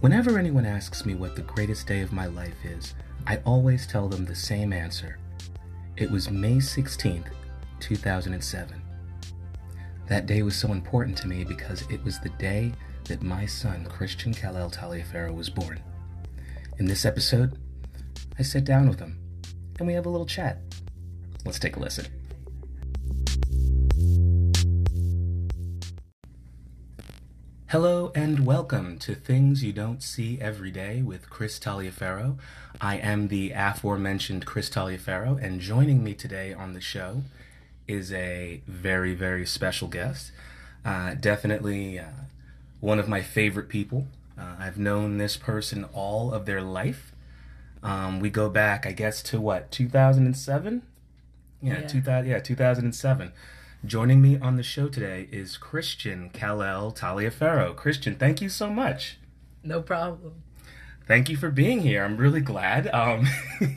Whenever anyone asks me what the greatest day of my life is, I always tell them the same answer. It was May 16th, 2007. That day was so important to me because it was the day that my son, Christian Kalel Taliaferro, was born. In this episode, I sit down with him and we have a little chat. Let's take a listen. Hello and welcome to Things You Don't See Every Day with Chris Taliaferro. I am the aforementioned Chris Taliaferro, and joining me today on the show is a very, very special guest. Uh, definitely uh, one of my favorite people. Uh, I've known this person all of their life. Um, we go back, I guess, to what, 2007? Yeah, Yeah. 2000, yeah, 2007. Joining me on the show today is Christian Kalel Taliaferro. Christian, thank you so much. No problem. Thank you for being here. I'm really glad. Um,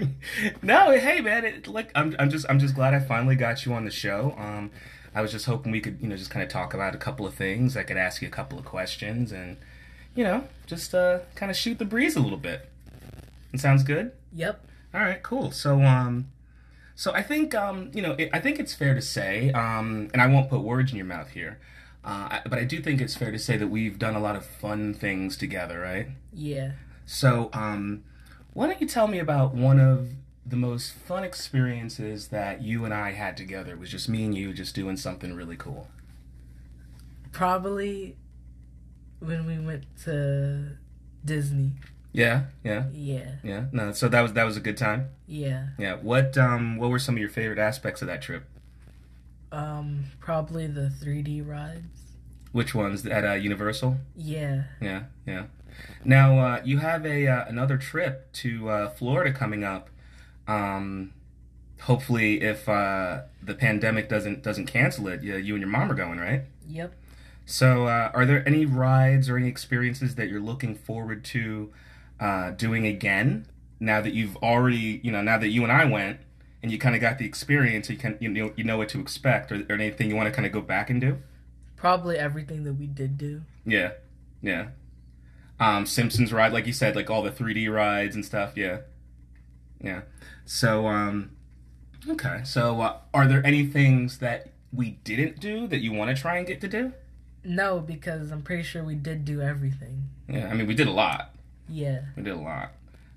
no, hey man, it, look, I'm, I'm just I'm just glad I finally got you on the show. Um, I was just hoping we could you know just kind of talk about a couple of things. I could ask you a couple of questions and you know just uh, kind of shoot the breeze a little bit. It sounds good. Yep. All right, cool. So, um, so I think um, you know, it, I think it's fair to say, um, and I won't put words in your mouth here, uh, I- but I do think it's fair to say that we've done a lot of fun things together, right? Yeah. So, um, why don't you tell me about one of the most fun experiences that you and I had together? It was just me and you, just doing something really cool. Probably when we went to Disney. Yeah, yeah, Yeah. yeah. No, so that was that was a good time. Yeah. Yeah. What um, what were some of your favorite aspects of that trip? Um probably the 3D rides. Which ones at uh, Universal? Yeah. Yeah, yeah. Now uh, you have a uh, another trip to uh, Florida coming up. Um, hopefully, if uh, the pandemic doesn't doesn't cancel it, you, you and your mom are going, right? Yep. So, uh, are there any rides or any experiences that you're looking forward to uh, doing again now that you've already, you know, now that you and I went and you kind of got the experience, you can you know you know what to expect, or, or anything you want to kind of go back and do? Probably everything that we did do. Yeah, yeah. Um, Simpsons ride, like you said, like all the 3D rides and stuff. Yeah, yeah. So, um, okay. So, uh, are there any things that we didn't do that you want to try and get to do? No, because I'm pretty sure we did do everything. Yeah, I mean, we did a lot. Yeah. We did a lot.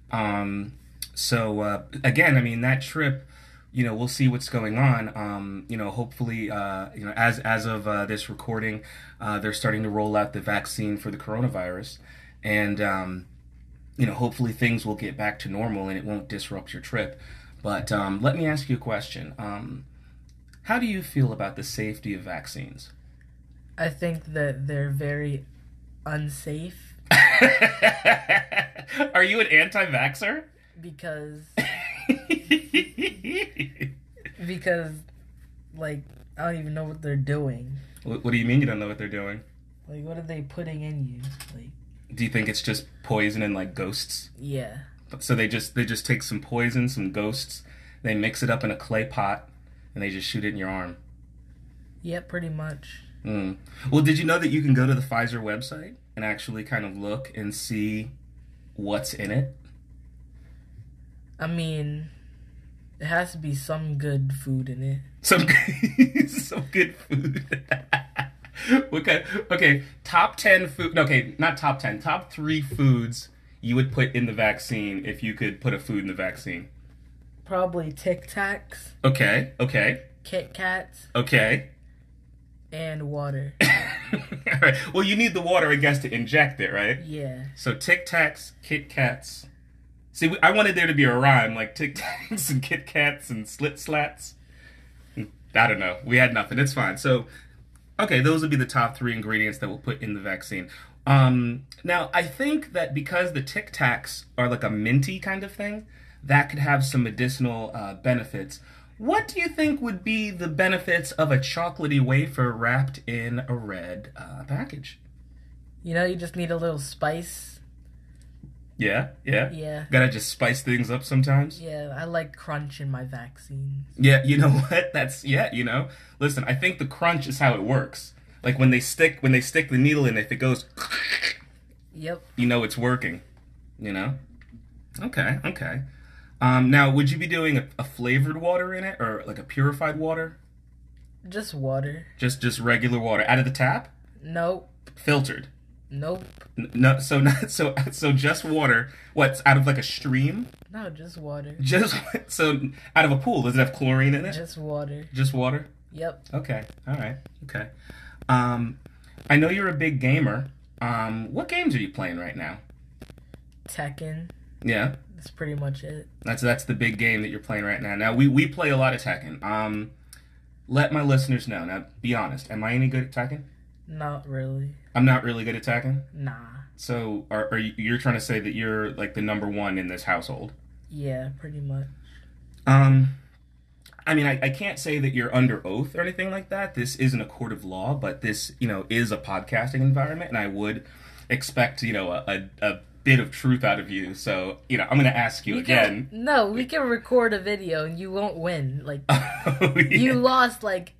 Um, so uh, again, I mean, that trip. You know, we'll see what's going on. Um, you know, hopefully, uh, you know, as as of uh, this recording, uh, they're starting to roll out the vaccine for the coronavirus, and um, you know, hopefully things will get back to normal and it won't disrupt your trip. But um, let me ask you a question. Um, how do you feel about the safety of vaccines? I think that they're very unsafe Are you an anti-vaxer? because because like I don't even know what they're doing. What, what do you mean you don't know what they're doing? Like what are they putting in you? Like Do you think it's just poison and like ghosts? yeah. So they just they just take some poison, some ghosts, they mix it up in a clay pot, and they just shoot it in your arm. Yeah, pretty much. Mm. Well, did you know that you can go to the Pfizer website and actually kind of look and see what's in it? I mean, it has to be some good food in it. Some some good food. what kind? Okay, top ten food. Okay, not top ten. Top three foods you would put in the vaccine if you could put a food in the vaccine. Probably Tic Tacs, Okay, okay, Kit Kats, okay. and water. All right. Well, you need the water, I guess, to inject it, right? Yeah. So Tic Tacs, Kit Kats. See, we- I wanted there to be a rhyme, like Tic Tacs and Kit Kats and Slit Slats. Hmm, I don't know. We had nothing. It's fine. So, okay, those would be the top three ingredients that we'll put in the vaccine. Um, now, I think that because the Tic Tacs are like a minty kind of thing, that could have some medicinal uh, benefits. What do you think would be the benefits of a chocolatey wafer wrapped in a red uh, package? You know, you just need a little spice. Yeah, yeah. Yeah. Gotta just spice things up sometimes. Yeah, I like crunch in my vaccines. Yeah, you know what? That's yeah, you know. Listen, I think the crunch is how it works. Like when they stick when they stick the needle in, if it goes Yep. you know it's working. You know. Okay. Okay. Um, now, would you be doing a, a flavored water in it, or like a purified water? Just water. Just just regular water out of the tap, Nope. filtered. Nope. N- No, so not so so just water. What's out of like a stream? No, just water. Just so out of a pool. Does it have chlorine in it? Just water. Just water. Yep. Okay. All right. Okay. Um, I know you're a big gamer. Um, what games are you playing right now? Tekken. Yeah. That's pretty much it. That's that's the big game that you're playing right now. Now we we play a lot of Tekken. Um, let my listeners know. Now, be honest. Am I any good at Tekken? Not really. I'm not really good at Tekken. Nah. So are, are you, you're trying to say that you're like the number one in this household? Yeah, pretty much. Um, I mean, I, I can't say that you're under oath or anything like that. This isn't a court of law, but this, you know, is a podcasting environment, and I would expect, you know, a, a, a bit of truth out of you. So, you know, I'm going to ask you We again. can, no, we can record a video and you won't win. Like, you you lost like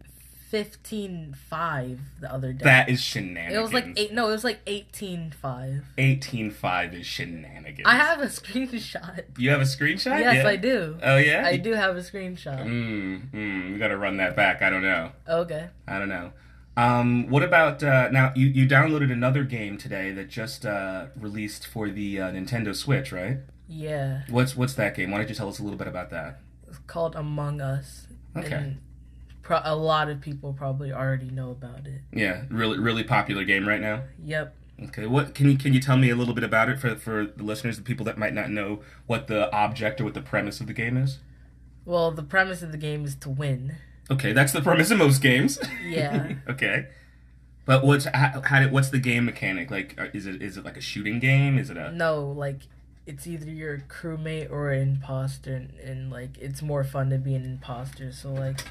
15 5 the other day. that is shenanigans. it was like eight. No, it was like 18 5. 18.5 is shenanigans. I have a screenshot. You have a screenshot? Yes, yeah. I do. Oh, yeah? I do have a screenshot. Mm, mm, we got to run that back. I don't know. Okay. I don't know. Um, what about uh, now? You, you downloaded another game today that just uh, released for the uh, Nintendo Switch, right? Yeah. What's what's that game? Why don't you tell us a little bit about that? It's called Among Us. Okay. And pro- a lot of people probably already know about it. Yeah, really really popular game right now. Yep. Okay, what can you can you tell me a little bit about it for for the listeners, the people that might not know what the object or what the premise of the game is? Well, the premise of the game is to win. Okay, that's the premise of most games. Yeah. okay. But what's how, how did, what's the game mechanic like? uh, Is it is it like a shooting game? Is it a No, like it's either you're a crewmate or an imposter, and, and like it's more fun to be an imposter. So like,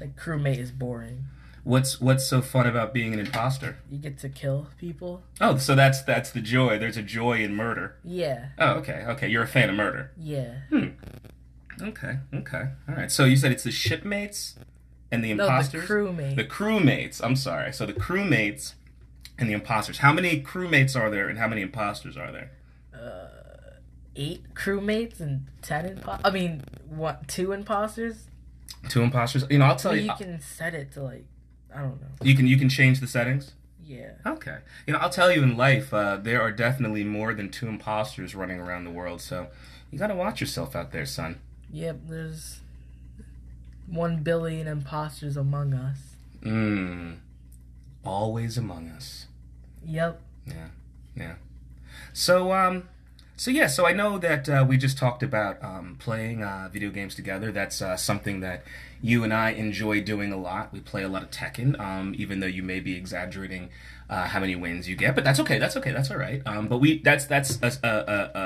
like crewmate is boring. what's what's so fun about being an imposter? You get to kill people. Oh, so that's that's the joy. There's a joy in murder. Yeah, Oh, okay, okay. You're a fan of murder. yeah. Hmm. Okay, okay. All right. So you said it's the shipmates and the No, imposters. the crewmate. The crewmates. I'm sorry. So the crewmates and the imposters. How many crewmates are there, and how many imposters are there? Eight crewmates and ten impo- I mean, what? Two imposters. Two imposters. You know, I'll tell But you. you can set it to like, I don't know. You can you can change the settings. Yeah. Okay. You know, I'll tell you in life, uh, there are definitely more than two imposters running around the world. So you gotta watch yourself out there, son. Yep. There's one billion imposters among us. Mmm. Always among us. Yep. Yeah, yeah. So, um, so yeah, so I know that uh, we just talked about um, playing uh, video games together. That's uh, something that you and I enjoy doing a lot. We play a lot of Tekken, um, even though you may be exaggerating uh, how many wins you get, but that's okay. That's okay. That's all right. Um, but we that's that's a, a, a,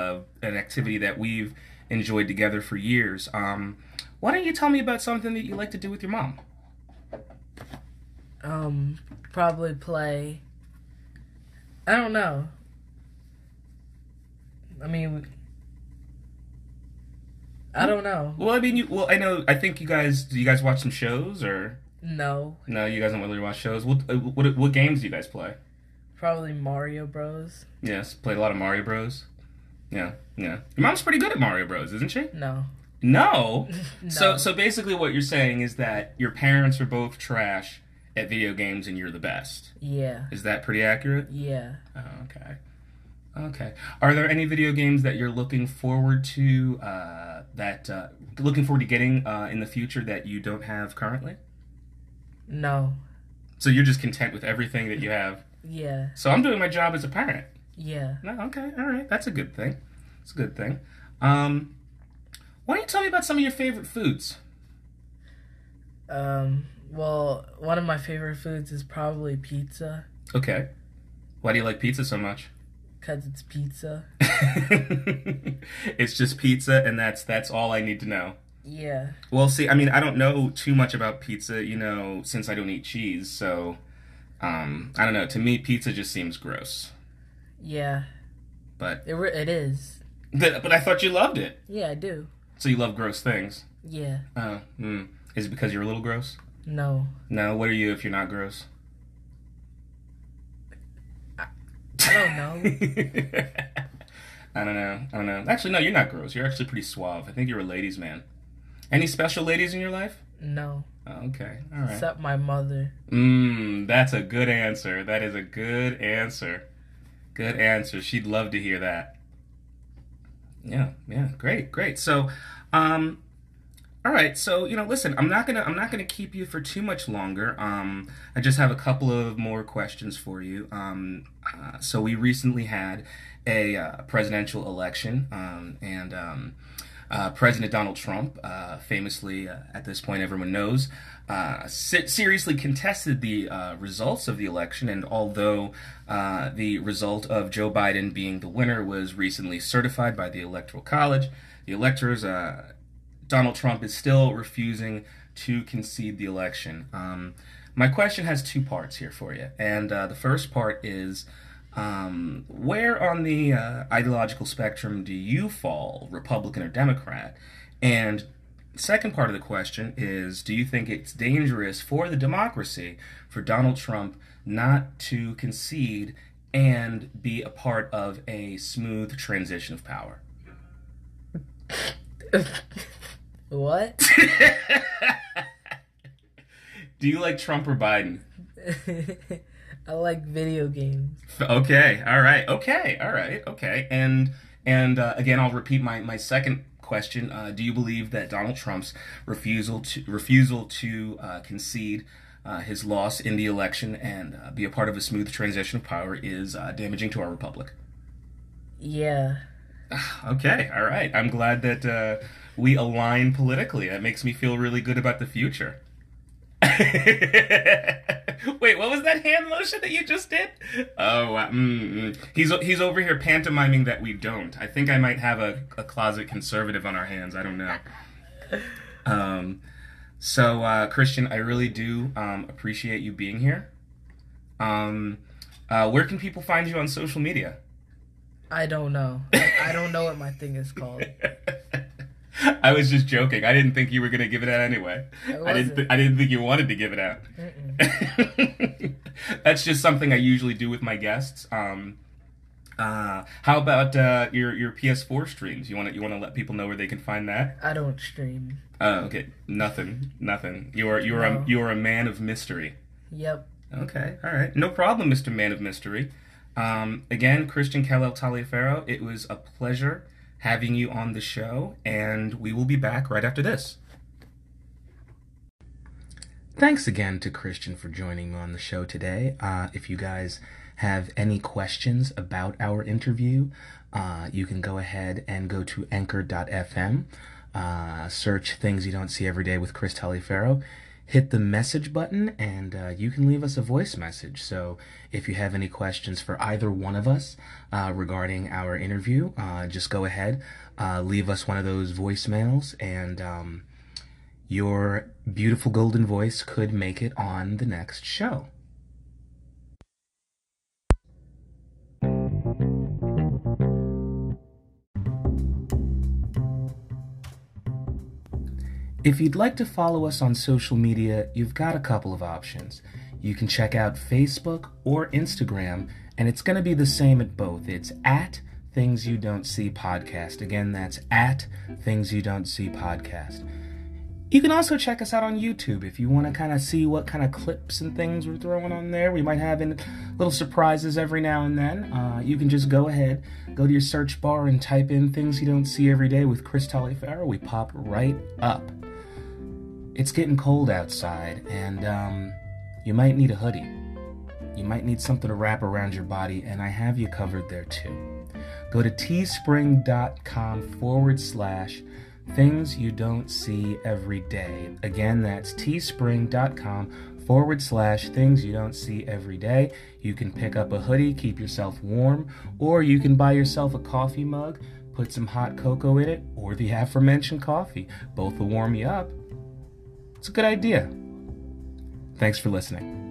a, an activity that we've enjoyed together for years. Um, why don't you tell me about something that you like to do with your mom? Um, probably play. I don't know. I mean, I don't know. Well, I mean, you, well, I know. I think you guys. Do you guys watch some shows or? No, No, you guys don't really watch shows. What uh, what what games do you guys play? probably Mario Bros. Yes, play a lot of Mario Bros. Yeah, yeah. Your mom's pretty good at Mario Bros, isn't she? No, No. no. So so basically, what you're saying is that your parents are both trash at video games, and you're the best. yeah, Is that pretty accurate? yeah. Oh, okay. Okay. Are there any video games that you're looking forward to uh, that uh, looking forward to getting uh, in the future that you don't have currently? No, So you're just content with everything that you have. yeah, So I'm doing my job as a parent. yeah. No, okay, all right. That's a good thing. It's a good thing. Um, why don't you tell me about some of your favorite foods? Um, well, one of my favorite foods is probably pizza Okay. Why do you like pizza so much? because it's pizza. it's just pizza, and that's that's all I need to know. Yeah, Well, see, I mean, I don't know too much about pizza, you know, since I don't eat cheese. So, um, I don't know. To me, pizza just seems gross. yeah. But It re- it is. but but I thought you loved it. Yeah, I do. So you love gross things. Yeah. Oh, mm. is it because you're a little gross? No. No. What are you if you're not gross? I don't know? I don't know. I don't know. Actually, no, you're not gross. You're actually pretty suave. I think you're a ladies' man. Any special ladies in your life? No. Oh, okay. All right. Except my mother. Mmm, that's a good answer. That is a good answer. Good answer. She'd love to hear that. Yeah, yeah, great, great. So, um, all right. So you know, listen, I'm not gonna, I'm not gonna keep you for too much longer. Um, I just have a couple of more questions for you. Um, uh, so we recently had a uh, presidential election, um, and um, uh, President Donald Trump, uh, famously, uh, at this point, everyone knows, uh, se- seriously contested the uh, results of the election. And although uh, the result of Joe Biden being the winner was recently certified by the Electoral College, the electors, uh, Donald Trump is still refusing to concede the election. Um, my question has two parts here for you. And uh, the first part is um, where on the uh, ideological spectrum do you fall, Republican or Democrat? And second part of the question is do you think it's dangerous for the democracy for Donald Trump not to concede and be a part of a smooth transition of power? What? Do you like Trump or Biden? I like video games. F- Okay, all right, okay, all right, okay. And and uh, again, I'll repeat my my second question. Uh, do you believe that Donald Trump's refusal to refusal to uh, concede? Uh, his loss in the election and uh, be a part of a smooth transition of power is uh, damaging to our republic. Yeah. Okay, all right. I'm glad that uh, we align politically. That makes me feel really good about the future. Wait, what was that hand motion that you just did? Oh, wow. mm, mm. he's he's over here pantomiming that we don't. I think I might have a, a closet conservative on our hands. I don't know. Um, so uh, Christian, I really do um, appreciate you being here. Um, uh, where can people find you on social media? I don't know. I, I don't know what my thing is called. I was just joking. I didn't think you were gonna give it out anyway. I didn't. Th- wasn't. I didn't think you wanted to give it out. Mm-mm. That's just something I usually do with my guests. Um, uh, how about uh, your your PS4 streams? You want to you want to let people know where they can find that? I don't stream. Uh, okay, nothing, nothing. You are you are No. a, you are a man of mystery. Yep. Okay, all right, no problem, Mister Man of Mystery. Um, again, Christian Kellel Taliaferro, it was a pleasure having you on the show, and we will be back right after this. Thanks again to Christian for joining me on the show today. Uh, if you guys have any questions about our interview, uh, you can go ahead and go to anchor.fm, uh, search Things You Don't See Every Day with Chris Taliaferro, hit the message button, and uh, you can leave us a voice message. So if you have any questions for either one of us uh, regarding our interview, uh, just go ahead, uh, leave us one of those voicemails, and. Um, your beautiful golden voice could make it on the next show. If you'd like to follow us on social media, you've got a couple of options. You can check out Facebook or Instagram, and it's going to be the same at both. It's at Things You Don't See Podcast. Again, that's at Things You Don't See Podcast. You can also check us out on YouTube if you want to kind of see what kind of clips and things we're throwing on there. We might have in little surprises every now and then. Uh, you can just go ahead, go to your search bar and type in things you don't see every day with Chris Taliaferro. We pop right up. It's getting cold outside, and um, you might need a hoodie. You might need something to wrap around your body, and I have you covered there too. Go to teespring.com forward slash things you don't see every day. Again, that's teespring.com forward slash things you don't see every day. You can pick up a hoodie, keep yourself warm, or you can buy yourself a coffee mug, put some hot cocoa in it, or the aforementioned coffee. Both will warm you up. It's a good idea. Thanks for listening.